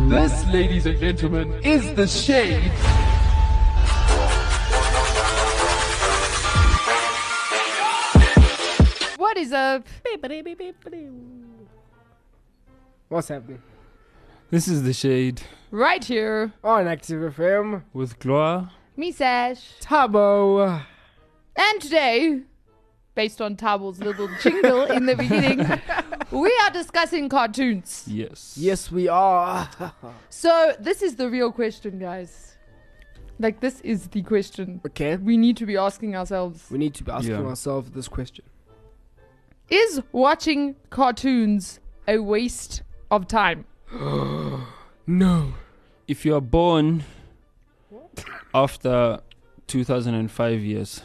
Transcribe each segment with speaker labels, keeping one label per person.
Speaker 1: This, ladies and gentlemen, is the shade.
Speaker 2: What is up?
Speaker 3: What's happening?
Speaker 1: This is the shade
Speaker 2: Right here,
Speaker 3: On Active FM,
Speaker 1: with Gloire.
Speaker 2: me Sash.
Speaker 3: Tabo.
Speaker 2: And today, based on Tabo's little jingle in the beginning, we are discussing cartoons.
Speaker 1: Yes.
Speaker 3: Yes, we are.
Speaker 2: So, this is the real question, guys. Like, this is the question
Speaker 3: okay.
Speaker 2: we need to be asking ourselves
Speaker 3: We need to be asking
Speaker 1: Yeah.
Speaker 3: ourselves this question.
Speaker 2: Is watching cartoons a waste of time?
Speaker 3: No.
Speaker 1: If you are born after 2005 years,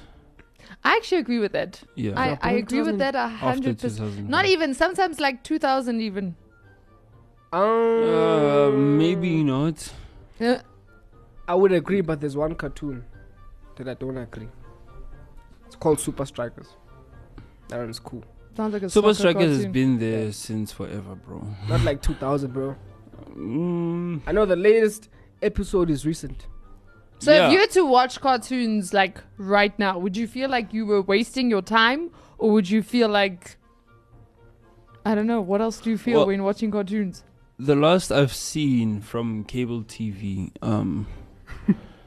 Speaker 2: I actually agree with that.
Speaker 1: yeah.
Speaker 2: I, I
Speaker 3: born
Speaker 2: agree with that a
Speaker 1: after
Speaker 2: 100%.
Speaker 1: 2000.
Speaker 2: Not even, sometimes like 2000 even.
Speaker 1: Uh,
Speaker 3: Um,
Speaker 1: maybe not.
Speaker 2: Uh,
Speaker 3: I would agree, but there's one cartoon that I don't agree. It's called Super Strikers. That one's cool.
Speaker 2: sounds like a
Speaker 1: Super
Speaker 2: soccer
Speaker 1: Strikers has
Speaker 2: cartoon.
Speaker 1: been there since forever, bro.
Speaker 3: Not like 2000, bro.
Speaker 1: Mm,
Speaker 3: I know the latest episode is recent.
Speaker 2: So
Speaker 1: yeah.
Speaker 2: if you were to watch cartoons like right now, would you feel like you were wasting your time, or would you feel like I don't know what else do you feel
Speaker 1: Well-
Speaker 2: when watching cartoons?
Speaker 1: the last I've seen from cable TV, um,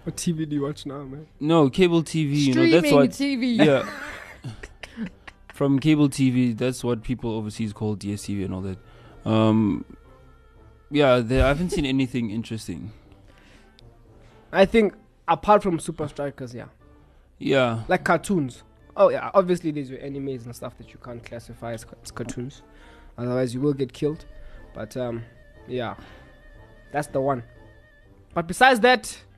Speaker 3: What TV do you watch now, man?
Speaker 1: no cable TV, you know
Speaker 2: Streaming
Speaker 1: that's what
Speaker 2: TV.
Speaker 1: yeah. From cable TV, that's what people overseas call DSTV and all that. Um, yeah, there, I haven't seen anything interesting.
Speaker 3: I think apart from Super Strikers, yeah,
Speaker 1: Yeah,
Speaker 3: like cartoons. Oh yeah, obviously there's your animes and stuff that you can't classify as, ca- as cartoons, otherwise you will get killed. But um, yeah, that's the one. But besides that,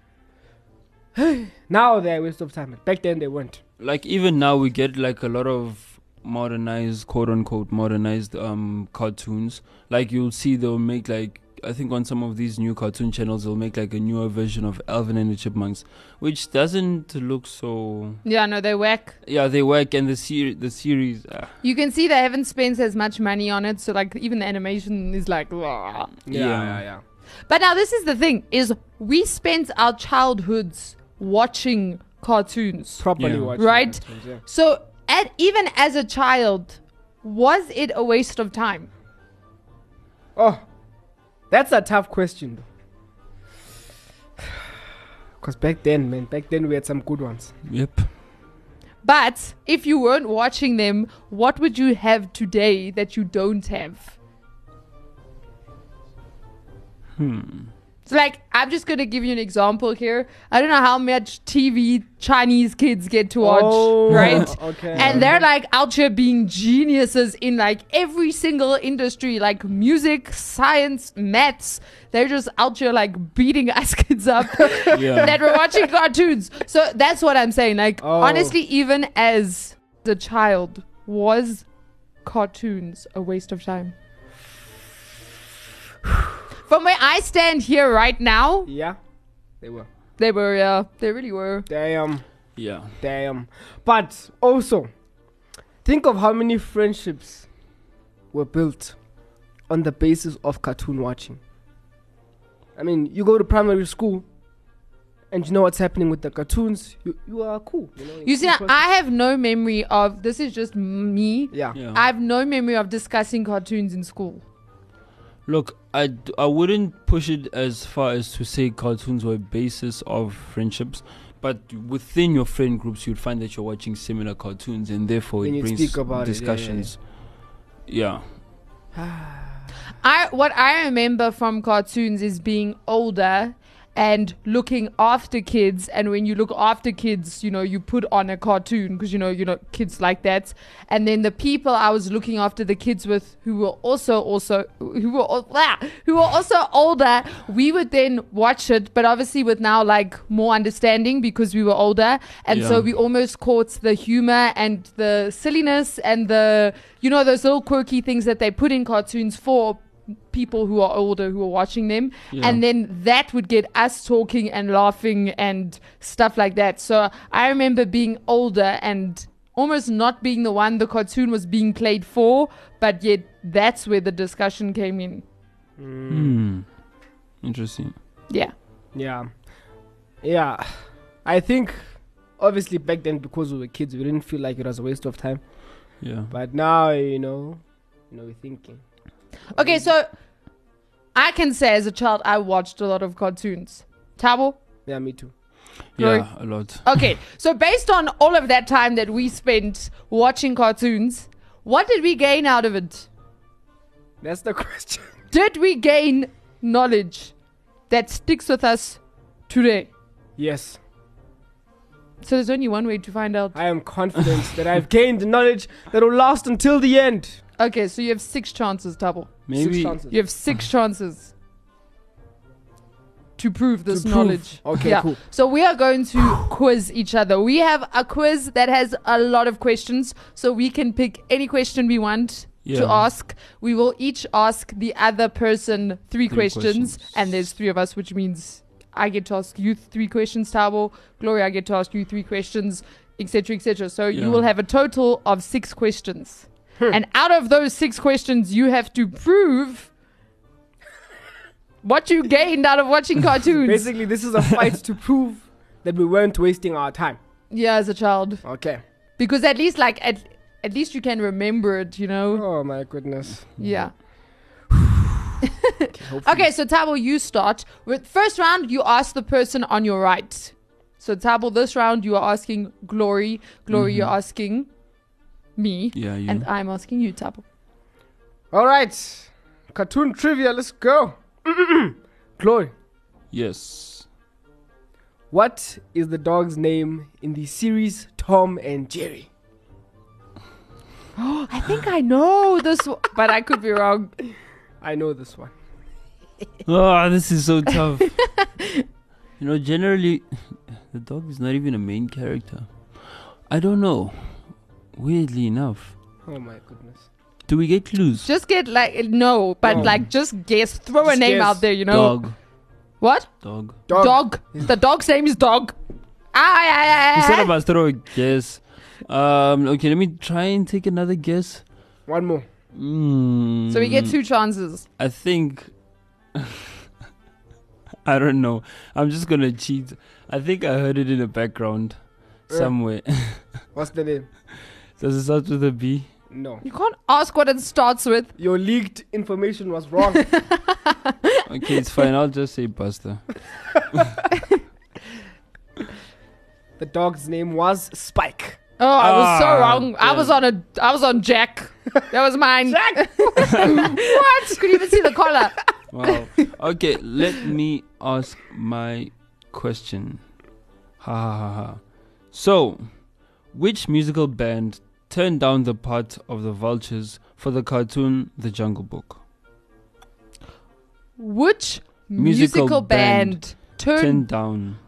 Speaker 3: now they're a waste of time. Back then they weren't.
Speaker 1: like even now we get like a lot of modernized, quote unquote, modernized um cartoons. Like you'll see, they'll make like I think on some of these new cartoon channels, they'll make like a newer version of Alvin and the Chipmunks, which doesn't look so.
Speaker 2: yeah, no, they whack.
Speaker 1: Yeah, they work and the ser- the series. ah,
Speaker 2: You can see they haven't spent as much money on it, so like even the animation is like. "Wah."
Speaker 1: Yeah.
Speaker 3: yeah.
Speaker 2: But now this is the thing: is we spent our childhoods watching cartoons.
Speaker 3: Properly
Speaker 1: Yeah.
Speaker 3: watching
Speaker 2: Right?
Speaker 3: cartoons, yeah.
Speaker 2: So, at, even as a child, was it a waste of time?
Speaker 3: Oh, that's a tough question. Because back then, man, back then we had some good ones.
Speaker 1: Yep.
Speaker 2: But if you weren't watching them, what would you have today that you don't have?
Speaker 1: Hmm.
Speaker 2: So, like, I'm just gonna give you an example here. I don't know how much TV Chinese kids get to watch,
Speaker 3: Oh.
Speaker 2: right?
Speaker 3: Okay.
Speaker 2: And they're like out here being geniuses in like every single industry, like music, science, maths. They're just out here like beating us kids up
Speaker 1: Yeah.
Speaker 2: that were watching cartoons. So that's what I'm saying. Like
Speaker 3: Oh.
Speaker 2: honestly, even as a child, was cartoons a waste of time? From where I stand here right now,
Speaker 3: Yeah, they were. um,
Speaker 2: they were, yeah, they really were.
Speaker 3: Damn,
Speaker 1: Yeah.
Speaker 3: damn. But also, think of how many friendships were built on the basis of cartoon watching. I mean, you go to primary school, and you know what's happening with the cartoons. You, you are cool. You, know, you're
Speaker 2: You see,
Speaker 3: cool
Speaker 2: now,
Speaker 3: person.
Speaker 2: I have no memory of this. Is just me.
Speaker 3: yeah.
Speaker 1: Yeah.
Speaker 2: I have no memory of discussing cartoons in school.
Speaker 1: Look, I, d- I wouldn't push it as far as to say cartoons were a basis of friendships, but within your friend groups, you'd find that you're watching similar cartoons, and therefore
Speaker 3: Then
Speaker 1: it
Speaker 3: you'd
Speaker 1: brings
Speaker 3: speak about it, yeah, yeah, yeah.
Speaker 1: discussions. Yeah,
Speaker 2: I what I remember from cartoons is being older and looking after kids and when you look after kids you know you put on a cartoon because you know you know kids like that and then the people i was looking after the kids with who were also also who were al- blah, who were also older we would then watch it but obviously with now like more understanding because we were older and so
Speaker 1: Yeah.
Speaker 2: we almost caught the humor and the silliness and the you know those little quirky things that they put in cartoons for people who are older who are watching them
Speaker 1: Yeah.
Speaker 2: and then that would get us talking and laughing and stuff like that so i remember being older and almost not being the one the cartoon was being played
Speaker 3: Mm,
Speaker 2: for but yet that's where the discussion came in
Speaker 1: Hmm. Interesting.
Speaker 2: Yeah.
Speaker 3: Yeah. Yeah. I think obviously back then because we were kids we didn't feel like it was a waste of time.
Speaker 1: Yeah.
Speaker 3: But now, you know, you know, we're thinking.
Speaker 2: Okay, so I can say as a child I watched a lot of cartoons. Tabo?
Speaker 3: Yeah, me too.
Speaker 2: Chloe?
Speaker 1: Yeah, a lot.
Speaker 2: Okay, so based on all of that time that we spent watching cartoons, what did we gain out of it?
Speaker 3: That's the question.
Speaker 2: Did we gain knowledge that sticks with us today?
Speaker 3: yes.
Speaker 2: So there's only one way to find out.
Speaker 3: I am confident that I've gained the knowledge that will last until the end.
Speaker 2: Okay, so you have six chances, Tabo.
Speaker 3: Six
Speaker 1: Maybe
Speaker 3: chances.
Speaker 2: You have six chances to prove this
Speaker 3: prove.
Speaker 2: knowledge.
Speaker 3: Okay,
Speaker 2: Yeah.
Speaker 3: cool.
Speaker 2: So we are going to quiz each other. We have a quiz that has a lot of questions, so we can pick any question we want
Speaker 1: Yeah.
Speaker 2: to ask. We will each ask the other person
Speaker 1: Three
Speaker 2: three, questions,
Speaker 1: questions.
Speaker 2: and there's three of us, which means I get to ask you three questions, Tabo. Gloria, I get to ask you three questions, etc., etc. So
Speaker 1: Yeah.
Speaker 2: you will have a total of six questions, and out of those six questions, you have to prove. What you gained out of watching cartoons.
Speaker 3: Basically, this is a fight to prove that we weren't wasting our time.
Speaker 2: yeah, as a child.
Speaker 3: Okay.
Speaker 2: because at least like at at least you can remember it, you know.
Speaker 3: Oh my goodness.
Speaker 2: Yeah.
Speaker 3: Hopefully.
Speaker 2: Okay, so Tabo, you start with first round. You ask the person on your right. So Tabo, this round you are asking Glory. Glory, you're asking me,
Speaker 1: yeah, you.
Speaker 2: and uh, I'm asking you, Tabo.
Speaker 3: All right. Cartoon trivia, let's go. Glory,
Speaker 1: yes.
Speaker 3: what is the dog's name in the series Tom and Jerry?
Speaker 2: Oh, I think I know this, one, but I could be wrong.
Speaker 3: I know this one.
Speaker 1: Oh, this is so tough. you know, generally, the dog is not even a main character. I don't know. Weirdly enough,
Speaker 3: Oh my goodness.
Speaker 1: do we get clues?
Speaker 2: Just get like no, but
Speaker 3: No.
Speaker 2: like just guess. Throw a
Speaker 3: Just
Speaker 2: name
Speaker 3: guess.
Speaker 2: out there, you know.
Speaker 1: Dog,
Speaker 2: What?
Speaker 1: dog.
Speaker 3: Dog.
Speaker 2: Dog. The dog's name is Dog. Ah, ah, ah,
Speaker 1: Instead
Speaker 2: ah.
Speaker 1: of us throw a guess. Um. Okay, let me try and take another guess.
Speaker 3: One more.
Speaker 1: Mm,
Speaker 2: So we get two chances.
Speaker 1: I think. I don't know. I'm just gonna cheat. I think I heard it in the background
Speaker 3: Uh.
Speaker 1: somewhere.
Speaker 3: What's the name?
Speaker 1: Does it start with a B?
Speaker 3: No.
Speaker 2: You can't ask what it starts with.
Speaker 3: Your leaked information was wrong.
Speaker 1: Okay, it's fine. I'll just say pasta.
Speaker 3: the dog's name was Spike.
Speaker 2: Oh, I was so
Speaker 1: Ah,
Speaker 2: wrong. I was on a I was on Jack. That was mine. Jack. what? Could even see the collar.
Speaker 1: Wow. Okay, let me ask my question. Ha ha ha ha. So, which musical band turned down the part of the vultures for the cartoon The Jungle Book?
Speaker 2: Which musical,
Speaker 1: Musical
Speaker 2: band, turned
Speaker 1: Turned down.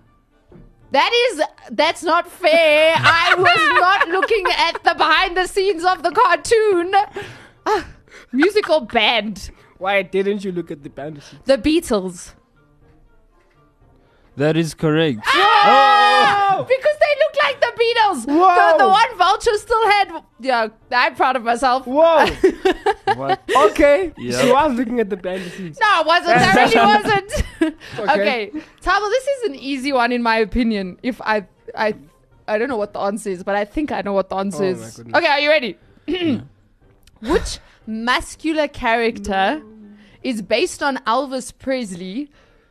Speaker 2: That is that's not fair. I was not looking at the behind the scenes of the cartoon. Ah, musical band.
Speaker 3: Why didn't you look at the bandits?
Speaker 2: The Beatles.
Speaker 1: That is correct.
Speaker 2: Ah! Because they look like the Beatles.
Speaker 3: Wow.
Speaker 2: The, the one vulture still had. Yeah, I'm proud of myself.
Speaker 3: Whoa!
Speaker 1: what?
Speaker 3: okay.
Speaker 1: Yeah.
Speaker 3: She was looking at the bandits.
Speaker 2: No, it wasn't. I really wasn't. okay.
Speaker 3: Okay.
Speaker 2: Tabo, this is an easy one in my opinion. If I, I, I don't know what the answer is, but I think I know what the answer
Speaker 3: Oh my
Speaker 2: is.
Speaker 3: goodness.
Speaker 2: Okay, are you ready? Which muscular character is based on Elvis Presley,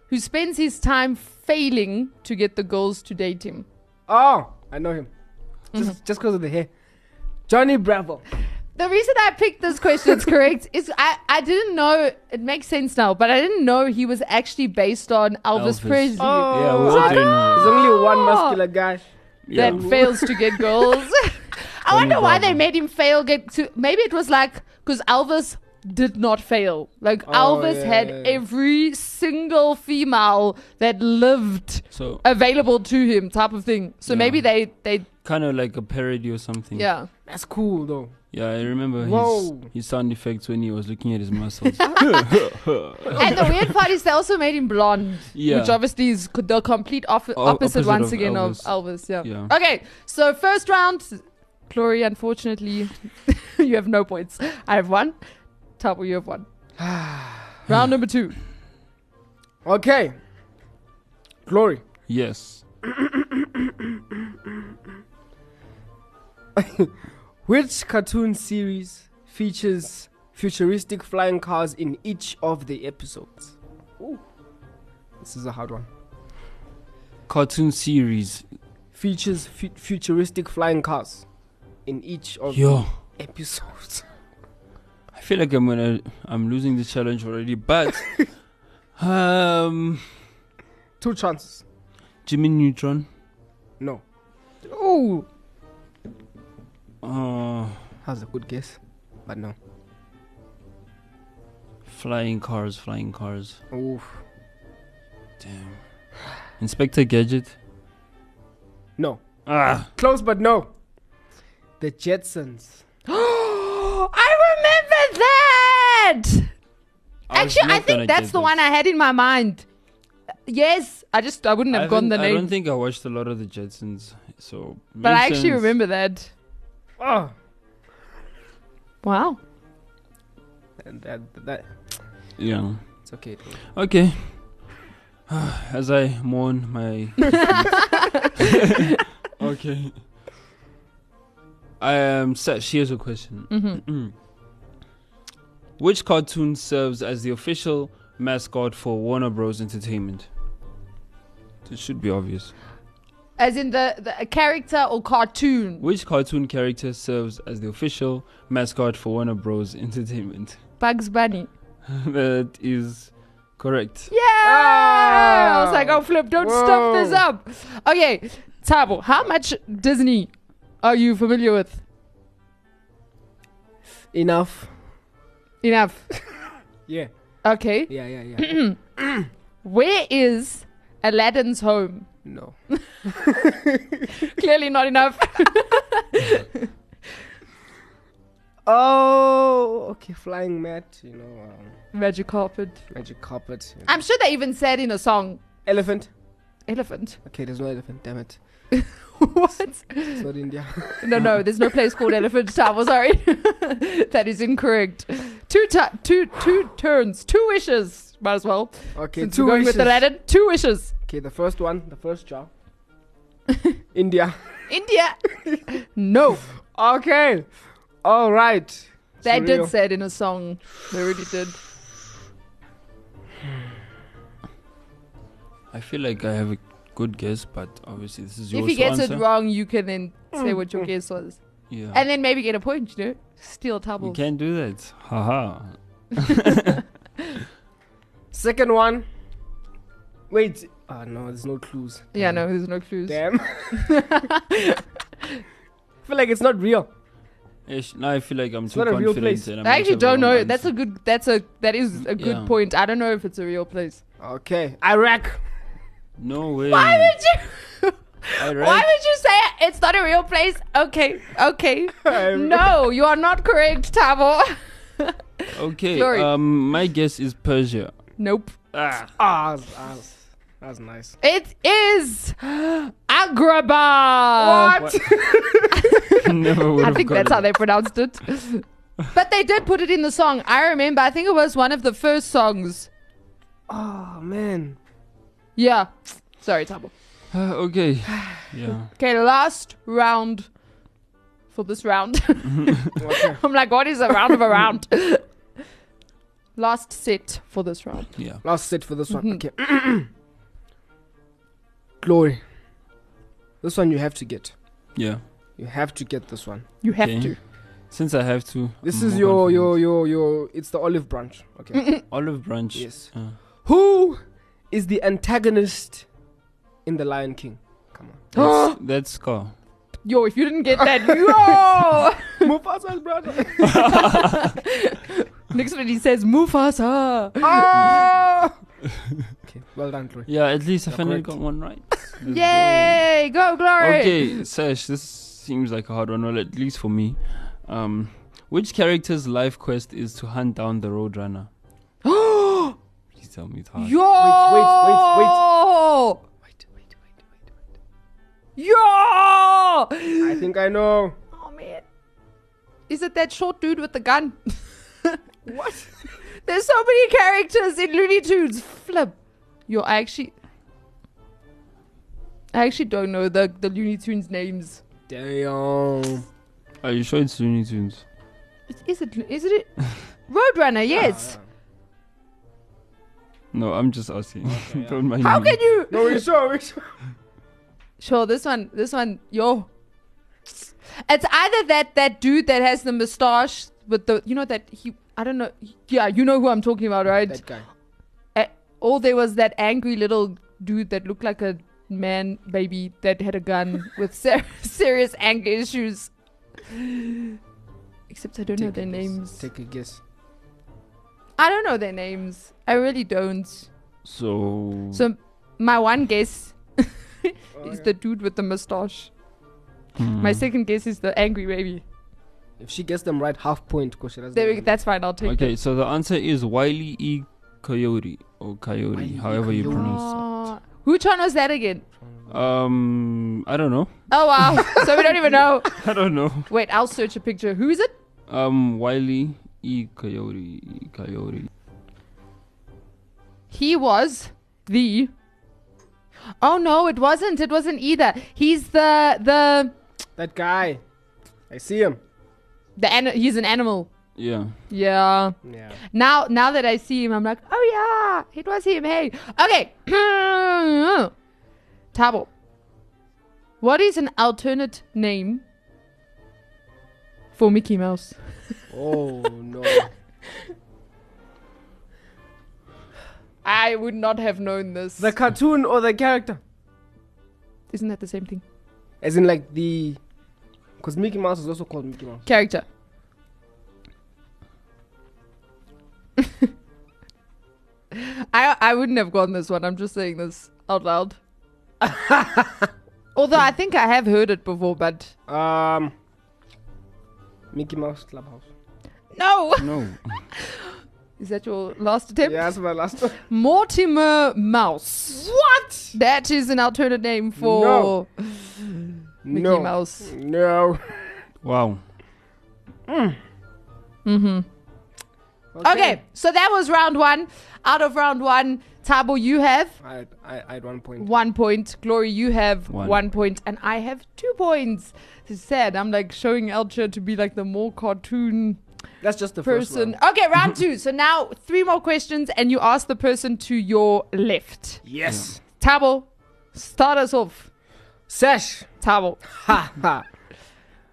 Speaker 2: who spends his time failing to get the girls to date him?
Speaker 3: Oh, I know him. Just just because of the hair. Johnny Bravo.
Speaker 2: The reason I picked this question is correct is I, I didn't know it makes sense now, but I didn't know he was actually based on Elvis,
Speaker 1: Elvis.
Speaker 2: Presley.
Speaker 1: Yeah, we
Speaker 3: Oh,
Speaker 1: all
Speaker 3: I-
Speaker 1: didn't
Speaker 3: There's
Speaker 1: know.
Speaker 3: only one muscular guy.
Speaker 1: Yeah.
Speaker 2: that fails to get girls. I wonder why they
Speaker 1: Bravo.
Speaker 2: made him fail. Get to maybe it was like because Elvis did not fail. Like
Speaker 3: Oh,
Speaker 2: Elvis
Speaker 3: yeah,
Speaker 2: had
Speaker 3: yeah, yeah.
Speaker 2: every single female that lived
Speaker 1: So,
Speaker 2: available to him, type of thing. So
Speaker 1: Yeah. Mm.
Speaker 2: maybe they they
Speaker 1: kind of like a parody or something.
Speaker 2: yeah.
Speaker 3: That's cool though.
Speaker 1: Yeah, I remember his,
Speaker 3: Whoa.
Speaker 1: his sound effects when he was looking at his muscles.
Speaker 2: And the weird part is they also made him blonde,
Speaker 1: Yeah. Oh,
Speaker 2: which obviously is co- the complete off- opposite,
Speaker 1: opposite
Speaker 2: once
Speaker 1: of
Speaker 2: again of Elvis.
Speaker 1: Elvis.
Speaker 2: Yeah.
Speaker 1: yeah.
Speaker 2: Okay, so first round, Glory. Unfortunately, you have no points. I have one. Tabo, you have one. round number two.
Speaker 3: Okay. Glory.
Speaker 1: Yes.
Speaker 3: Which cartoon series features futuristic flying cars in each of the episodes? Ooh. This is a hard one.
Speaker 1: Cartoon series.
Speaker 3: Features fu- futuristic flying cars in each of
Speaker 1: Yo,
Speaker 3: the episodes.
Speaker 1: I feel like I'm gonna. I'm losing this challenge already. But, um,
Speaker 3: Two chances.
Speaker 1: Jimmy Neutron.
Speaker 3: No. Ooh.
Speaker 1: Uh,
Speaker 3: That was a good guess, but no.
Speaker 1: flying cars, flying cars.
Speaker 3: Ooh.
Speaker 1: Damn. Inspector Gadget.
Speaker 3: No.
Speaker 1: Ah,
Speaker 3: Close, but no. The Jetsons.
Speaker 2: I remember that.
Speaker 1: I was
Speaker 2: Actually, I
Speaker 1: not gonna
Speaker 2: think that's
Speaker 1: get
Speaker 2: the
Speaker 1: this.
Speaker 2: one I had in my mind. Yes, I just I wouldn't
Speaker 1: I
Speaker 2: have gotten
Speaker 1: haven't-
Speaker 2: the
Speaker 1: I
Speaker 2: name,
Speaker 1: don't think I watched a lot of the Jetsons, so.
Speaker 2: but I
Speaker 1: makes
Speaker 2: actually
Speaker 1: sense.
Speaker 2: remember that.
Speaker 3: Oh.
Speaker 2: Wow.
Speaker 3: And that, that,
Speaker 1: Yeah.
Speaker 3: it's okay. Don't worry.
Speaker 1: Okay. As I mourn my. okay. I um, am. Sash, here's a question.
Speaker 2: hmm
Speaker 1: Which cartoon serves as the official mascot for Warner Bros. Entertainment? This should be obvious.
Speaker 2: As in the, the a character or cartoon
Speaker 1: Which cartoon character serves as the official mascot for Warner Bros. Entertainment?
Speaker 2: Bugs Bunny.
Speaker 1: that is correct.
Speaker 2: Yeah. I was like, oh flip, don't stuff this up. Okay, Tabo, how much Disney are you familiar with?
Speaker 3: Enough.
Speaker 2: Enough.
Speaker 3: Yeah.
Speaker 2: Okay.
Speaker 3: Yeah, yeah, yeah.
Speaker 2: Where is Aladdin's home?
Speaker 3: no.
Speaker 2: Clearly not enough.
Speaker 3: Oh, okay. Flying mat, you know, um,
Speaker 2: Magic carpet.
Speaker 3: magic carpet. you know.
Speaker 2: I'm sure they even said in a song,
Speaker 3: elephant.
Speaker 2: elephant.
Speaker 3: Okay, there's no elephant. Damn it.
Speaker 2: what?
Speaker 3: It's not India.
Speaker 2: No, no, there's no place called Elephant Tower. Sorry, that is incorrect. Two, tu- two, two turns, two wishes. Might as well.
Speaker 3: Okay,
Speaker 2: Since
Speaker 3: two
Speaker 2: we're going
Speaker 3: wishes.
Speaker 2: with Aladdin, two wishes.
Speaker 3: Okay, the first one, the first jar. India.
Speaker 2: India. no,
Speaker 3: Okay. All right.
Speaker 2: they
Speaker 3: Surreal.
Speaker 2: did say it in a song. They really did.
Speaker 1: I feel like I have a good guess, but obviously this is yours
Speaker 2: if he
Speaker 1: to
Speaker 2: gets
Speaker 1: answer. Mm.
Speaker 2: it wrong, you can then say what your guess was,
Speaker 1: yeah.
Speaker 2: and then maybe get a point. You know, steal
Speaker 1: we
Speaker 2: doubles.
Speaker 1: can't do that. Haha.
Speaker 3: Second one. Wait. Oh, no, there's no clues.
Speaker 2: Yeah,
Speaker 3: Damn.
Speaker 2: no, there's no clues.
Speaker 3: Damn. I feel like it's not real.
Speaker 1: Ish, now I feel like I'm
Speaker 3: It's
Speaker 1: too
Speaker 3: not a real
Speaker 1: confident.
Speaker 3: place.
Speaker 1: and I'm
Speaker 2: I actually
Speaker 1: gonna have
Speaker 2: don't
Speaker 1: a wrong
Speaker 2: know. That's a
Speaker 1: answer.
Speaker 2: good. That's a. That is a good
Speaker 1: Yeah.
Speaker 2: point. I don't know if it's a real place.
Speaker 3: Okay. Iraq.
Speaker 1: no way.
Speaker 2: Why would you?
Speaker 1: Iraq?
Speaker 2: Why would you say it's not a real place? Okay, okay. no, you are not correct, Tavo.
Speaker 1: Okay.
Speaker 2: Glory.
Speaker 1: Um, my guess is Persia.
Speaker 2: nope.
Speaker 1: Ah,
Speaker 3: Ah, that's- that's- that's nice.
Speaker 2: It is Agrabah.
Speaker 1: What? never would
Speaker 2: I
Speaker 1: have
Speaker 2: think
Speaker 1: got
Speaker 2: that's
Speaker 1: it.
Speaker 2: how they pronounced it. but they did put it in the song. I remember. I think it was one of the first songs.
Speaker 3: Oh man.
Speaker 2: Yeah. Sorry, Tabo.
Speaker 1: Ah, okay. Yeah.
Speaker 2: Okay, last round for this round.
Speaker 3: Okay.
Speaker 2: I'm like, what is a round of a round? Last set for this round.
Speaker 1: Yeah.
Speaker 3: Last set for this one.
Speaker 2: Mhm.
Speaker 3: Okay. Glory. This one you have to get.
Speaker 1: Yeah.
Speaker 3: You have to get this one.
Speaker 2: You have
Speaker 1: Okay.
Speaker 2: to.
Speaker 1: Since I have to.
Speaker 3: This
Speaker 1: I'm
Speaker 3: is
Speaker 1: more
Speaker 3: your your
Speaker 1: confident.
Speaker 3: your your. It's the olive branch.
Speaker 2: Mm.
Speaker 3: Okay.
Speaker 1: olive branch.
Speaker 3: yes.
Speaker 1: Uh,
Speaker 3: Who is the antagonist in the Lion King? Come on.
Speaker 1: that's, that's Scar.
Speaker 2: Yo, if you didn't get that, yo!
Speaker 3: Mufasa's brother.
Speaker 2: Next one he says Mufasa.
Speaker 3: Ah! okay. Well done, Glory.
Speaker 1: Yeah. At least I
Speaker 3: You're
Speaker 1: finally got
Speaker 3: correct.
Speaker 1: one right. Let's go.
Speaker 2: Yay! Go glory!
Speaker 1: Okay, Sesh, this seems like a hard one, well, at least for me. Um, which character's life quest is to hunt down the Roadrunner? Please tell me it's hard.
Speaker 2: Yo!
Speaker 3: Wait, Wait, wait, wait, wait,
Speaker 2: Yo!
Speaker 3: wait. I think I know.
Speaker 2: oh man, is it that short dude with the gun?
Speaker 3: What?
Speaker 2: There's so many characters in Looney Tunes. Flip. Yo, I actually, I actually don't know the the Looney Tunes names.
Speaker 3: Damn.
Speaker 1: Are you sure it's Looney Tunes?
Speaker 2: Is- Is it? Is it? Roadrunner,
Speaker 3: Ah.
Speaker 2: yes.
Speaker 1: No, I'm just asking. Don't mind
Speaker 2: How
Speaker 1: me.
Speaker 2: can you?
Speaker 3: No, we sure, we sure.
Speaker 2: Sure, this one, this one, yo. It's either that that dude that has the moustache with the, you know that he, I don't know, yeah, you know who I'm talking about, right?
Speaker 3: That guy.
Speaker 2: Or Oh, there was that angry little dude that looked like a man baby that had a gun with ser- serious anger issues. Except I don't know
Speaker 3: Take
Speaker 2: their
Speaker 3: a guess.
Speaker 2: names.
Speaker 3: Take a guess.
Speaker 2: I don't know their names. I really don't.
Speaker 1: So,
Speaker 2: So my one guess is
Speaker 3: Okay.
Speaker 2: the dude with the moustache.
Speaker 1: hmm.
Speaker 2: My second guess is the angry baby.
Speaker 3: If she gets them right, half point question. That's
Speaker 2: There
Speaker 3: the
Speaker 2: we, that's fine. I'll take
Speaker 1: Okay,
Speaker 2: it.
Speaker 1: so the answer is Wiley E. Coyote or Coyote,
Speaker 3: Wiley E.
Speaker 1: however you
Speaker 3: Coyote.
Speaker 1: pronounce
Speaker 2: Ah. Who chan was that again?
Speaker 1: it. Um, I don't know.
Speaker 2: Oh wow! so we don't even know.
Speaker 1: I don't know.
Speaker 2: Wait, I'll search a picture. Who is it?
Speaker 1: Um, Wiley E. Coyote, Coyote.
Speaker 2: He was the. Oh no! It wasn't. It wasn't either. He's the the
Speaker 3: That guy. I see him.
Speaker 2: the an- he's an animal.
Speaker 1: Yeah.
Speaker 2: Yeah.
Speaker 3: Yeah.
Speaker 2: Now now that I see him, I'm like, oh yeah, it was him. Hey, okay. Tabo. What is an alternate name for Mickey Mouse?
Speaker 3: Oh no.
Speaker 2: I would not have known this.
Speaker 3: the cartoon or the character?
Speaker 2: Isn't that the same thing?
Speaker 3: As in like the, because Mickey Mouse is also called Mickey Mouse.
Speaker 2: Character. I I wouldn't have gotten this one. I'm just saying this out loud. Although I think I have heard it before, but
Speaker 3: Um. Mickey Mouse Clubhouse.
Speaker 2: no.
Speaker 1: No.
Speaker 2: Is that your last attempt?
Speaker 3: Yeah, that's my last one.
Speaker 2: Mortimer Mouse. What? That is an alternate name for
Speaker 3: No.
Speaker 2: Mickey
Speaker 3: no.
Speaker 2: Mouse.
Speaker 3: No.
Speaker 1: wow.
Speaker 2: Mm-hmm. Okay. so that was round one. Out of round one, Tabo, you have
Speaker 3: I, I I had one point.
Speaker 2: one point. Glory, you have
Speaker 1: One.
Speaker 2: one point, and I have two points. It's sad. I'm like showing Elcha to be like the more cartoon
Speaker 3: That's just the
Speaker 2: person.
Speaker 3: first one.
Speaker 2: Okay, round two. So now three more questions, and you ask the person to your left.
Speaker 3: Yes.
Speaker 2: Tabo, start us off.
Speaker 3: Sash.
Speaker 2: Tabo.
Speaker 3: Ha ha.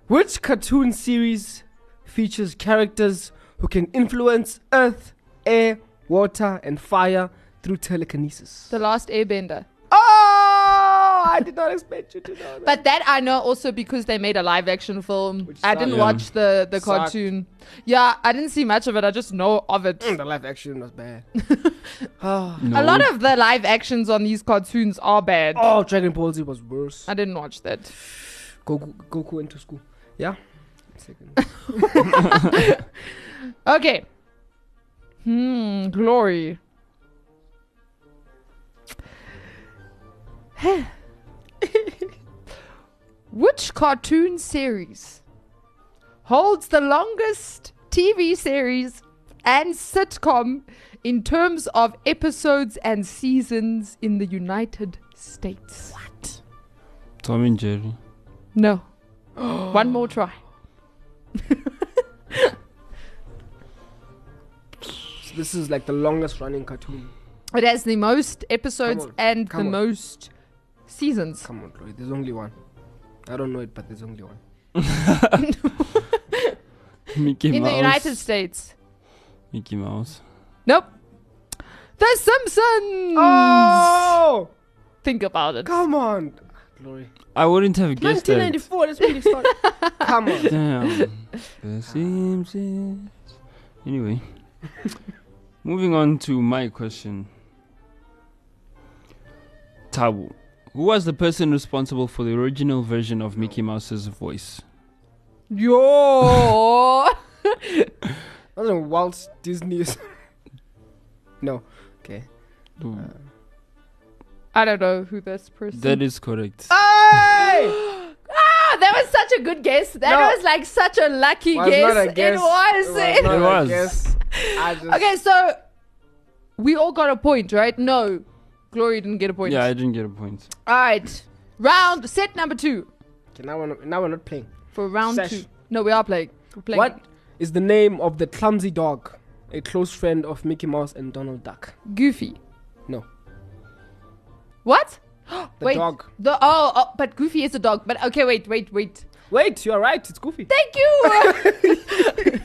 Speaker 3: Which cartoon series features characters who can influence earth, air, water, and fire through telekinesis?
Speaker 2: The last airbender.
Speaker 3: oh! I did not expect you to know that.
Speaker 2: But that I know also because they made a live action film.
Speaker 3: Which
Speaker 2: I didn't
Speaker 1: sucked.
Speaker 2: watch the, the
Speaker 3: Sucked.
Speaker 2: cartoon. Yeah, I didn't see much of it. I just know of it.
Speaker 3: Mm, the live action was bad. oh.
Speaker 1: No.
Speaker 2: A lot of the live actions on these cartoons are bad.
Speaker 3: oh, Dragon Ball Z was worse.
Speaker 2: I didn't watch that.
Speaker 3: Goku, Goku went to school. Yeah. Second.
Speaker 2: Okay. Hmm, glory. Which cartoon series holds the longest TV series and sitcom in terms of episodes and seasons in the United States? What?
Speaker 1: Tom and Jerry.
Speaker 2: No. One more try.
Speaker 3: So this is like the longest running cartoon.
Speaker 2: It has the most episodes
Speaker 3: on,
Speaker 2: and the
Speaker 3: come on.
Speaker 2: most seasons.
Speaker 3: Come on, Chloe. There's only one. I don't know it, but there's only one.
Speaker 1: Mickey
Speaker 2: in
Speaker 1: Mouse.
Speaker 2: the United States.
Speaker 1: Mickey Mouse.
Speaker 2: Nope. The Simpsons.
Speaker 3: Oh!
Speaker 2: Think about it.
Speaker 3: Come on. Glory.
Speaker 1: I wouldn't have guessed that.
Speaker 3: 1994. That's when they started. Come on.
Speaker 1: Damn. the Simpsons. Anyway, moving on to my question. Tabu, who was the person responsible for the original version of Mickey Mouse's voice?
Speaker 2: Yo.
Speaker 3: That was Walt Disney's. no. Okay.
Speaker 1: The-
Speaker 2: I don't know who this person.
Speaker 1: That is correct.
Speaker 3: Hey!
Speaker 2: Ah, that was such a good guess. That
Speaker 3: No.
Speaker 2: was like such a lucky
Speaker 3: Was
Speaker 2: guess.
Speaker 3: not a guess.
Speaker 2: It was.
Speaker 3: It was. not
Speaker 1: It
Speaker 3: a
Speaker 1: was.
Speaker 3: guess. I just
Speaker 2: okay, so we all got a point, right? No. Glory didn't get a point.
Speaker 1: Yeah, I didn't get a point.
Speaker 2: All right. Round set number two
Speaker 3: Okay, now we're not, now we're not playing.
Speaker 2: for round
Speaker 3: Sesh.
Speaker 2: two. No, we are playing. We're playing.
Speaker 3: What is the name of the clumsy dog, a close friend of Mickey Mouse and Donald Duck?
Speaker 2: Goofy.
Speaker 3: No.
Speaker 2: What?
Speaker 3: The
Speaker 2: wait.
Speaker 3: dog.
Speaker 2: The oh, oh, but Goofy is a dog. But okay, wait, wait, wait.
Speaker 3: Wait, you are right. It's Goofy.
Speaker 2: Thank you.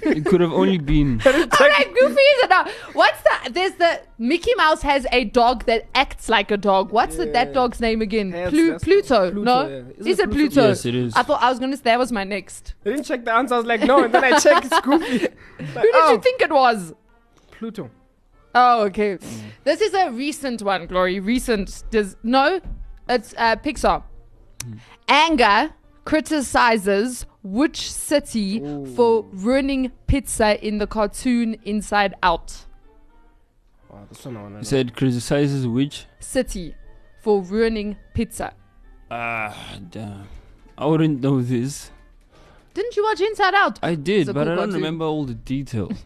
Speaker 1: It could have only been.
Speaker 2: All right, Goofy is a dog. What's the? There's the Mickey Mouse has a dog that acts like a dog. What's the, that
Speaker 3: Yeah.
Speaker 2: dog's name again?
Speaker 3: Yes,
Speaker 2: Plu-
Speaker 3: that's-
Speaker 2: Pluto.
Speaker 3: Pluto,
Speaker 2: No,
Speaker 3: yeah. Isn't
Speaker 2: is
Speaker 3: it
Speaker 2: it
Speaker 3: Pluto?
Speaker 2: Pluto?
Speaker 1: Yes, it is.
Speaker 2: I thought I was gonna. That was my next.
Speaker 3: I didn't check the answer. I was like, no. And then I checked. It's Goofy. Like,
Speaker 2: Who did
Speaker 3: Oh.
Speaker 2: you think it was?
Speaker 3: Pluto.
Speaker 2: Oh, okay. This is a recent one, Glory. Recent. Does no? It's uh, Pixar. Anger criticizes which city for ruining pizza in the cartoon Inside Out.
Speaker 3: Oh, this one I wanna know.
Speaker 1: You said criticizes which?
Speaker 2: City for ruining pizza.
Speaker 1: Ah, damn. I wouldn't know this.
Speaker 2: Didn't you watch Inside Out?
Speaker 1: I did,
Speaker 2: It's a
Speaker 1: but
Speaker 2: cool
Speaker 1: I don't
Speaker 2: cartoon.
Speaker 1: remember all the details.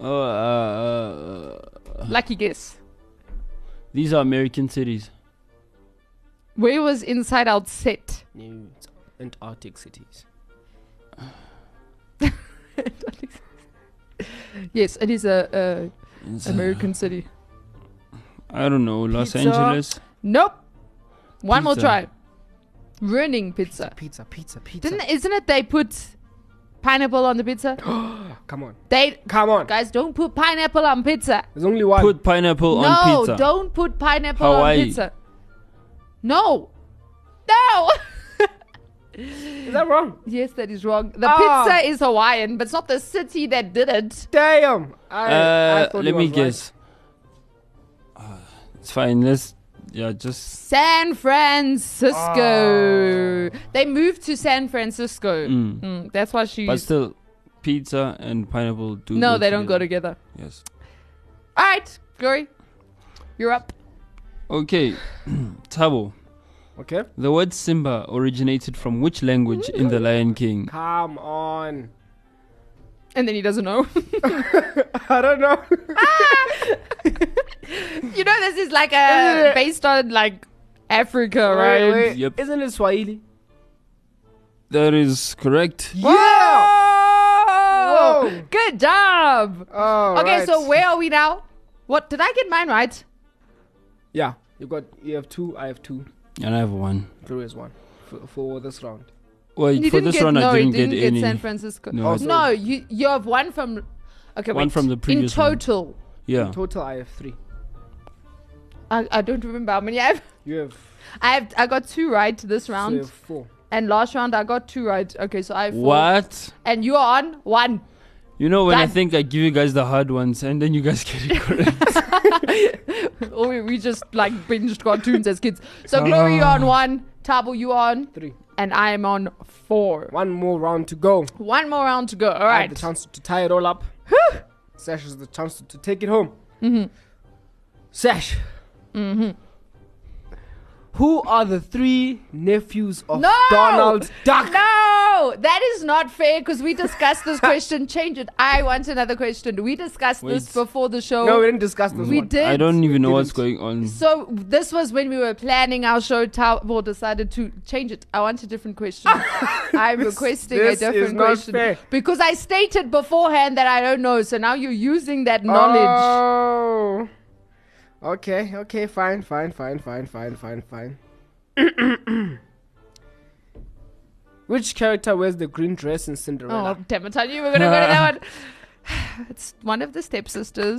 Speaker 1: oh, uh, uh, uh,
Speaker 2: Lucky guess.
Speaker 1: these are American cities.
Speaker 2: Where was Inside Out set?
Speaker 3: New Antarctic cities.
Speaker 2: yes, it is a,
Speaker 1: It's,
Speaker 2: a
Speaker 1: uh,
Speaker 2: American city.
Speaker 1: I don't know. Los
Speaker 2: Pizza.
Speaker 1: Angeles.
Speaker 2: Nope. One more
Speaker 1: Pizza.
Speaker 2: try. Ruining pizza.
Speaker 3: Pizza, pizza, pizza.
Speaker 2: Didn't isn't it they put pineapple on the pizza?
Speaker 3: Come on.
Speaker 2: They
Speaker 3: Come on.
Speaker 2: guys don't put pineapple on pizza.
Speaker 3: There's only one.
Speaker 1: Put pineapple
Speaker 2: no,
Speaker 1: on pizza.
Speaker 2: don't put pineapple
Speaker 1: Hawaii.
Speaker 2: on pizza. No. No.
Speaker 3: Is that wrong?
Speaker 2: yes, that is wrong. The
Speaker 3: Ah.
Speaker 2: pizza is Hawaiian, but it's not the city that did it.
Speaker 3: Damn. I, I
Speaker 1: Uh,
Speaker 3: thought
Speaker 1: let
Speaker 3: he
Speaker 1: me
Speaker 3: was
Speaker 1: guess. Uh, it's fine. Let's. Yeah, just.
Speaker 2: San Francisco. They moved to San Francisco.
Speaker 1: Ah. Mm.
Speaker 2: Mm, that's why she
Speaker 1: But still, pizza and pineapple do.
Speaker 2: No,
Speaker 1: go
Speaker 2: they don't go
Speaker 1: together.
Speaker 2: together.
Speaker 1: Yes.
Speaker 2: All right, Glory. You're up.
Speaker 1: Okay, Tabo.
Speaker 3: right. Okay.
Speaker 1: The word Simba originated from which language in The Lion King?
Speaker 3: Come on.
Speaker 2: And then he doesn't know.
Speaker 3: I don't know.
Speaker 2: You know, this is like a based on like Africa, right?
Speaker 3: Wait, wait.
Speaker 1: Yep.
Speaker 3: Isn't it Swahili?
Speaker 1: That is correct.
Speaker 3: Yeah.
Speaker 2: Whoa!
Speaker 3: Whoa.
Speaker 2: Oh! Good job.
Speaker 3: Oh,
Speaker 2: okay, so where are we now? What did I get mine right?
Speaker 3: Yeah. You got. You have two. I have two.
Speaker 1: And I have one.
Speaker 3: Glorious one. For, for this round.
Speaker 1: Wait,
Speaker 2: You
Speaker 1: for
Speaker 2: didn't
Speaker 1: this
Speaker 2: get,
Speaker 1: round,
Speaker 2: no,
Speaker 1: I didn't,
Speaker 2: you didn't
Speaker 1: get,
Speaker 2: get,
Speaker 1: any.
Speaker 2: San Francisco.
Speaker 1: No, I
Speaker 3: didn't.
Speaker 2: no, you you have one from. Okay,
Speaker 1: One
Speaker 2: wait.
Speaker 1: from the previous
Speaker 2: In
Speaker 1: one.
Speaker 2: total,
Speaker 1: yeah.
Speaker 3: In total, I have three.
Speaker 2: I, I don't remember how many I have.
Speaker 3: You have.
Speaker 2: I have I got two right this
Speaker 3: So
Speaker 2: round,
Speaker 3: you have four.
Speaker 2: and last round I got two right. Okay, so I have four.
Speaker 1: What?
Speaker 2: And you are on one.
Speaker 1: You know when I
Speaker 2: Done.
Speaker 1: think I give you guys the hard ones and then you guys get it correct.
Speaker 2: or Oh, we, we just like binged cartoons as kids. So Glory, you're on
Speaker 1: Ah.
Speaker 2: one. Tabo, you are on,
Speaker 3: Three.
Speaker 2: and I am on four.
Speaker 3: One more round to go.
Speaker 2: One more round to go. All
Speaker 3: I have
Speaker 2: right.
Speaker 3: the chance to tie it all up. Sash has the chance to, to take it home. Mm-hmm. Sash. Mm-hmm. Who are the three nephews of
Speaker 2: No!
Speaker 3: Donald Duck?
Speaker 2: No, that is not fair because we discussed this question. Change it. I want another question. We discussed this
Speaker 1: Wait.
Speaker 2: before the show.
Speaker 3: No, we didn't discuss this
Speaker 2: We
Speaker 3: one.
Speaker 2: did.
Speaker 1: I don't even know what's
Speaker 3: Didn't.
Speaker 1: going on.
Speaker 2: So this was when we were planning our show. Tabo decided to change it. I want a different question. I'm requesting
Speaker 3: this
Speaker 2: a different
Speaker 3: is not
Speaker 2: question
Speaker 3: fair.
Speaker 2: because I stated beforehand that I don't know. So now you're using that knowledge.
Speaker 3: Oh. Okay, okay, fine, fine, fine, fine, fine, fine, fine. Which character wears the green dress in Cinderella?
Speaker 2: Oh, damn it! I knew you were gonna go to that one. It's one of the stepsisters.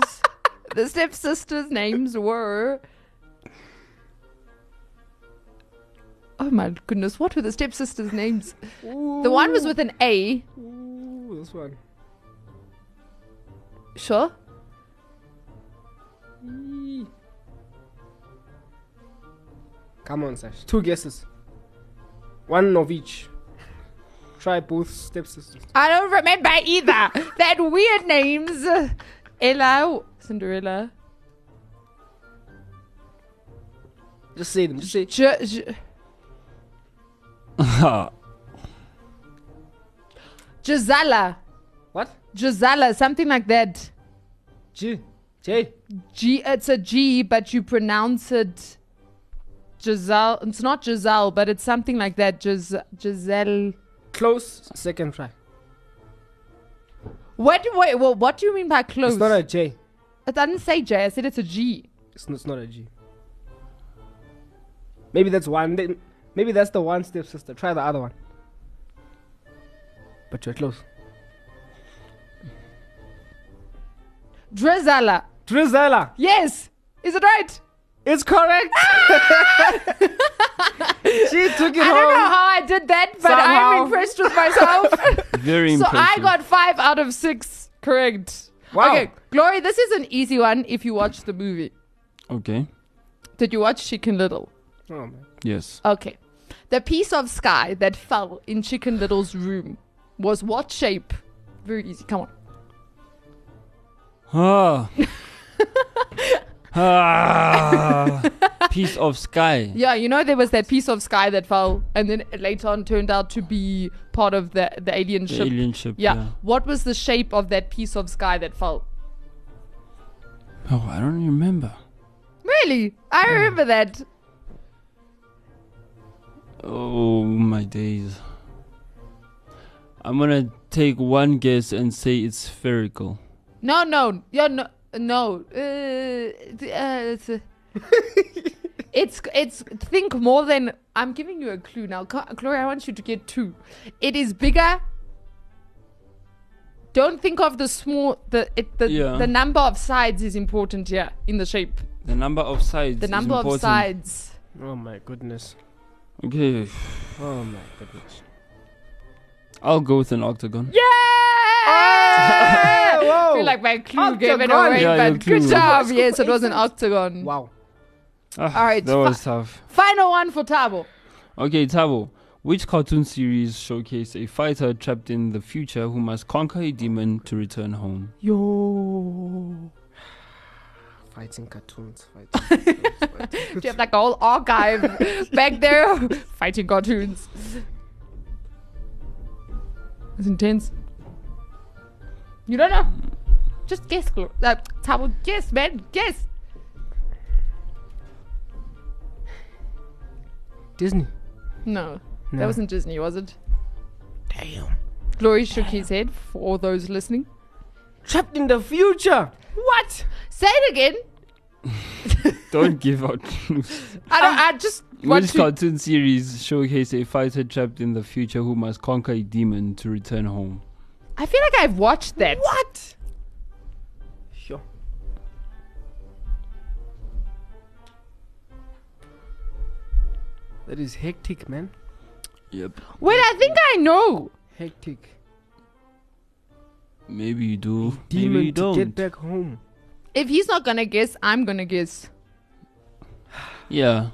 Speaker 2: the stepsisters' names were. Oh my goodness! What were the stepsisters' names? Oh, The one was with an A.
Speaker 3: Ooh, this one.
Speaker 2: Sure.
Speaker 3: Come on, Sash. Two guesses. One of each. Try both stepsisters.
Speaker 2: I don't remember either. that weird names. Ella, Cinderella.
Speaker 3: Just say them. Just say.
Speaker 2: J- J- Gisela.
Speaker 3: What?
Speaker 2: Gisela, something like that.
Speaker 3: G. Jay.
Speaker 2: G. It's a G, but you pronounce it Giselle. It's not Giselle, but it's something like that. Gis- Giselle.
Speaker 3: Close. Second try.
Speaker 2: What? Wait. Well, what do you mean by close?
Speaker 3: It's not a J.
Speaker 2: I didn't say J. I said it's a G.
Speaker 3: It's not, it's not a G. Maybe that's one. Then maybe that's the one step sister. Try the other one. But you're close.
Speaker 2: Drizella.
Speaker 3: Drizella.
Speaker 2: Yes. Is it right?
Speaker 3: It's correct. she took
Speaker 2: Ah! I don't
Speaker 3: it
Speaker 2: know
Speaker 3: home.
Speaker 2: how I did that, but
Speaker 3: Somehow.
Speaker 2: I'm impressed with myself.
Speaker 1: Very
Speaker 2: so
Speaker 1: impressive.
Speaker 2: I got five out of six correct.
Speaker 3: Wow.
Speaker 2: Okay, Glory, this is an easy one if you watch the movie.
Speaker 1: Okay.
Speaker 2: Did you watch Chicken Little?
Speaker 3: Oh, man.
Speaker 1: Yes.
Speaker 2: Okay. The piece of sky that fell in Chicken Little's room was what shape? Very easy. Come on.
Speaker 1: Ah. ah. Piece of sky.
Speaker 2: Yeah, you know there was that piece of sky that fell, and then it later on turned out to be part of the the alien
Speaker 1: The
Speaker 2: ship.
Speaker 1: alien ship.
Speaker 2: yeah.
Speaker 1: Yeah.
Speaker 2: What was the shape of that piece of sky that fell?
Speaker 1: Oh, I don't remember.
Speaker 2: Really? I remember that.
Speaker 1: Oh my days. I'm gonna take one guess and say it's spherical.
Speaker 2: No, no, yeah, no, no. Uh, th- uh, it's, uh, it's it's think more than I'm giving you a clue now, Ca- Gloria. I want you to get two. It is bigger. Don't think of the small. The it, the
Speaker 1: Yeah.
Speaker 2: the number of sides is important here in the shape.
Speaker 1: The number of sides.
Speaker 2: The
Speaker 1: is
Speaker 2: number of
Speaker 1: important.
Speaker 2: sides.
Speaker 3: Oh my goodness.
Speaker 1: Okay,
Speaker 3: Oh my goodness.
Speaker 1: I'll go with an octagon.
Speaker 2: Yeah.
Speaker 3: Hey,
Speaker 2: I
Speaker 3: whoa.
Speaker 2: feel like my clue gave it
Speaker 3: Octagon.
Speaker 2: away,
Speaker 1: Yeah, your
Speaker 2: but good
Speaker 1: clue.
Speaker 2: job.
Speaker 3: That's
Speaker 2: Yes, it was an
Speaker 3: coincidence.
Speaker 2: octagon.
Speaker 3: wow.
Speaker 1: Ah,
Speaker 2: All right,
Speaker 1: that
Speaker 2: fi-
Speaker 1: was tough.
Speaker 2: Final one for Tabo.
Speaker 1: Okay, Tabo. Which cartoon series showcased a fighter trapped in the future who must conquer a demon to return home?
Speaker 2: Yo.
Speaker 3: Fighting cartoons. Fighting cartoons.
Speaker 2: Do you have like a whole archive back there fighting cartoons? It's intense. You don't know? Just guess, Glo- uh, Tabo. Guess, man. Guess.
Speaker 3: Disney.
Speaker 2: No, that
Speaker 3: No.
Speaker 2: wasn't Disney, was it?
Speaker 3: Damn.
Speaker 2: Glory shook his head for all those listening.
Speaker 3: Trapped in the future. What?
Speaker 2: Say it again.
Speaker 1: Don't give out clues.
Speaker 2: I don't. I just want
Speaker 1: Which
Speaker 2: to.
Speaker 1: cartoon series showcased a fighter trapped in the future who must conquer a demon to return home?
Speaker 2: I feel like I've watched that.
Speaker 3: What? Sure. That is hectic, man.
Speaker 1: Yep.
Speaker 2: Wait, I think I know.
Speaker 3: Hectic.
Speaker 1: Maybe you do.
Speaker 3: Demon
Speaker 1: Maybe you
Speaker 3: to
Speaker 1: don't.
Speaker 3: get back home.
Speaker 2: If he's not gonna guess, I'm gonna guess.
Speaker 1: Yeah.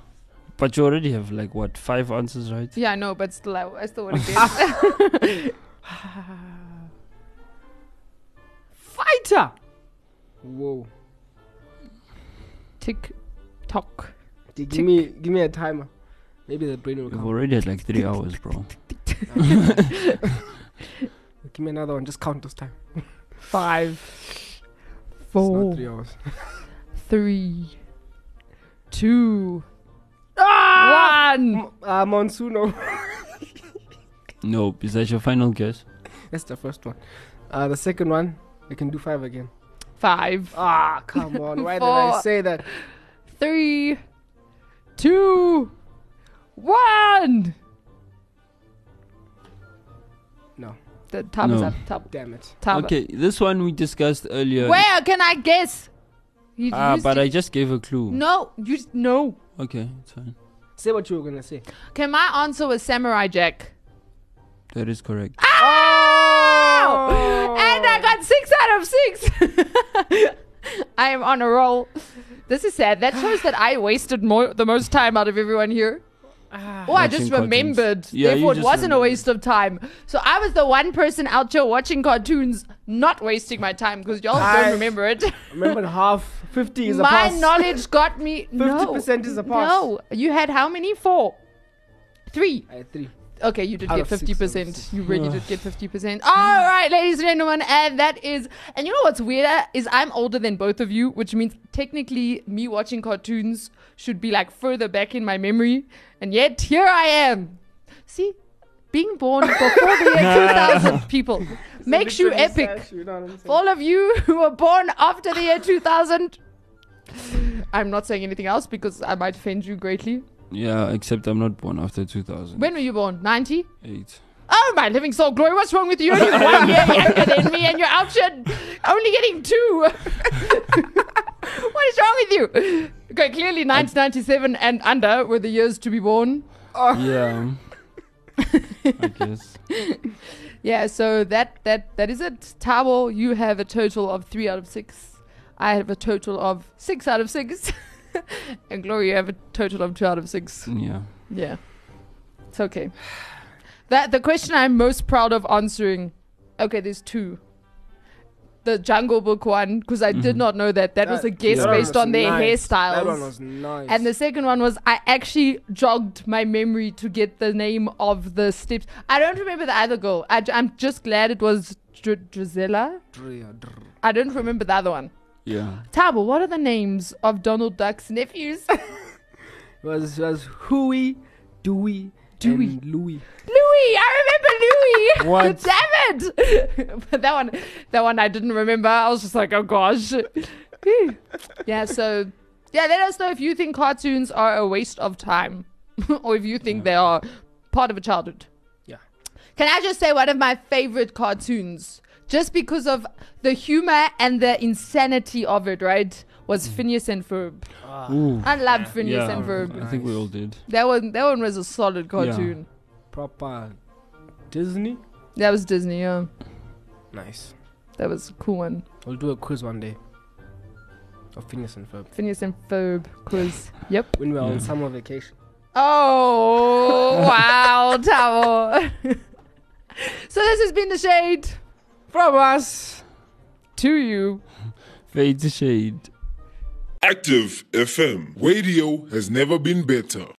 Speaker 1: But you already have like what five answers, right?
Speaker 2: Yeah, I know, but still, I, I still want to guess.
Speaker 3: Fighter. Whoa.
Speaker 2: Tick, tock.
Speaker 3: Dude,
Speaker 2: Tick.
Speaker 3: give me, give me a timer. Maybe the brain will
Speaker 1: You've
Speaker 3: come.
Speaker 1: already had like three hours, bro.
Speaker 3: Give me another one. Just count this time.
Speaker 2: Five,
Speaker 3: It's
Speaker 2: four,
Speaker 3: not three hours.
Speaker 2: three, two,
Speaker 3: Ah!
Speaker 2: one.
Speaker 3: M- uh, Monsuno.
Speaker 1: Nope. Is that your final guess?
Speaker 3: That's the first one. Uh, the second one, I can do five again.
Speaker 2: Five,
Speaker 3: Ah, come on. Why did I
Speaker 2: Four.
Speaker 3: say that?
Speaker 2: three, two, one.
Speaker 3: No.
Speaker 2: The time is
Speaker 1: No.
Speaker 2: up. Time.
Speaker 3: Damn it.
Speaker 2: time
Speaker 1: Okay, this one we discussed earlier.
Speaker 2: Ah, Where can I guess? You
Speaker 1: Ah,
Speaker 2: used
Speaker 1: but
Speaker 2: it.
Speaker 1: I just gave a clue.
Speaker 2: no. You s- no.
Speaker 1: Okay, it's fine.
Speaker 3: Say what you were gonna say.
Speaker 2: Okay, my answer was Samurai Jack.
Speaker 1: That is correct.
Speaker 2: Oh! And I got six out of six. I am on a roll. This is sad. That shows that I wasted more, the most time out of everyone here.
Speaker 3: Ah.
Speaker 2: Oh, I
Speaker 1: Watching
Speaker 2: just
Speaker 1: cartoons.
Speaker 2: remembered.
Speaker 1: Yeah, you
Speaker 2: Therefore, it
Speaker 1: just
Speaker 2: wasn't a
Speaker 1: remembered.
Speaker 2: waste of time. So I was the one person out here watching cartoons, not wasting my time because y'all
Speaker 3: I-
Speaker 2: don't remember it.
Speaker 3: Remember half. 50 is a
Speaker 2: my
Speaker 3: pass.
Speaker 2: knowledge got me.
Speaker 3: 50% is a pass.
Speaker 2: No, you had how many? Four, three,
Speaker 3: I had three.
Speaker 2: Okay, you did
Speaker 3: Out
Speaker 2: get
Speaker 3: of six,
Speaker 2: fifty
Speaker 3: out of
Speaker 2: percent.
Speaker 3: six.
Speaker 2: You really did get fifty percent. All right, ladies and gentlemen, and that is. And you know what's weirder is I'm older than both of you, which means technically me watching cartoons should be like further back in my memory, and yet here I am. See, being born before the year 2000, people makes you epic. For all of you who were born after the year 2000, I'm not saying anything else because I might offend you greatly.
Speaker 1: Yeah, except I'm not born after 2008.
Speaker 2: When were you born? 90? Oh, my living soul glory, what's wrong with you? You're only one year younger than me and you're out here only getting two. what is wrong with you? Okay, clearly 1997 and under were the years to be born.
Speaker 1: Yeah. I guess.
Speaker 2: Yeah, so that that that is it. Tabo, you have a total of three out of six. I have a total of six out of six. and Gloria, you have a total of two out of six.
Speaker 1: Yeah.
Speaker 2: Yeah. It's okay. That the question I'm most proud of answering. Okay, there's two. The Jungle Book one, because I did
Speaker 1: Mhm.
Speaker 2: not know that. That, was a guess
Speaker 1: that one
Speaker 2: based on their hairstyles.
Speaker 3: That one was nice.
Speaker 2: And the second one was I actually jogged my memory to get the name of the steps. I don't remember the other girl. I, am just glad it was Dr- Drizella.
Speaker 3: Dr- dr-
Speaker 2: I don't remember the other one.
Speaker 1: Yeah.
Speaker 2: Tabo, what are the names of Donald Duck's nephews?
Speaker 3: It was it was Huey, Dewey,
Speaker 2: Dewey.
Speaker 3: and Louie.
Speaker 2: Louis, I remember Louis.
Speaker 3: What?
Speaker 2: Damn it! but that one, that one I didn't remember. I was just like, oh gosh. yeah. So, yeah. Let us know if you think cartoons are a waste of time, or if you think
Speaker 1: Yeah.
Speaker 2: they are part of a childhood.
Speaker 3: Yeah.
Speaker 2: Can I just say one of my favorite cartoons, just because of the humor and the insanity of it, right? Was Phineas and Ferb.
Speaker 1: Ooh.
Speaker 2: I loved
Speaker 3: Mm. Yeah.
Speaker 2: Phineas
Speaker 1: yeah.
Speaker 2: and Ferb.
Speaker 1: I think we all did.
Speaker 2: That one, that one was a solid cartoon.
Speaker 3: Proper Disney.
Speaker 2: That was Disney. Yeah,
Speaker 3: Nice.
Speaker 2: that was a cool one.
Speaker 3: We'll do a quiz one day. Of Phineas and Ferb.
Speaker 2: Phineas and Ferb quiz. Yep.
Speaker 3: When we are
Speaker 1: Yeah.
Speaker 3: on summer vacation.
Speaker 2: Oh wow, Tavo. so this has been the shade
Speaker 3: From us.
Speaker 2: to you.
Speaker 1: Fade to shade.
Speaker 4: Active FM. Radio has never been better.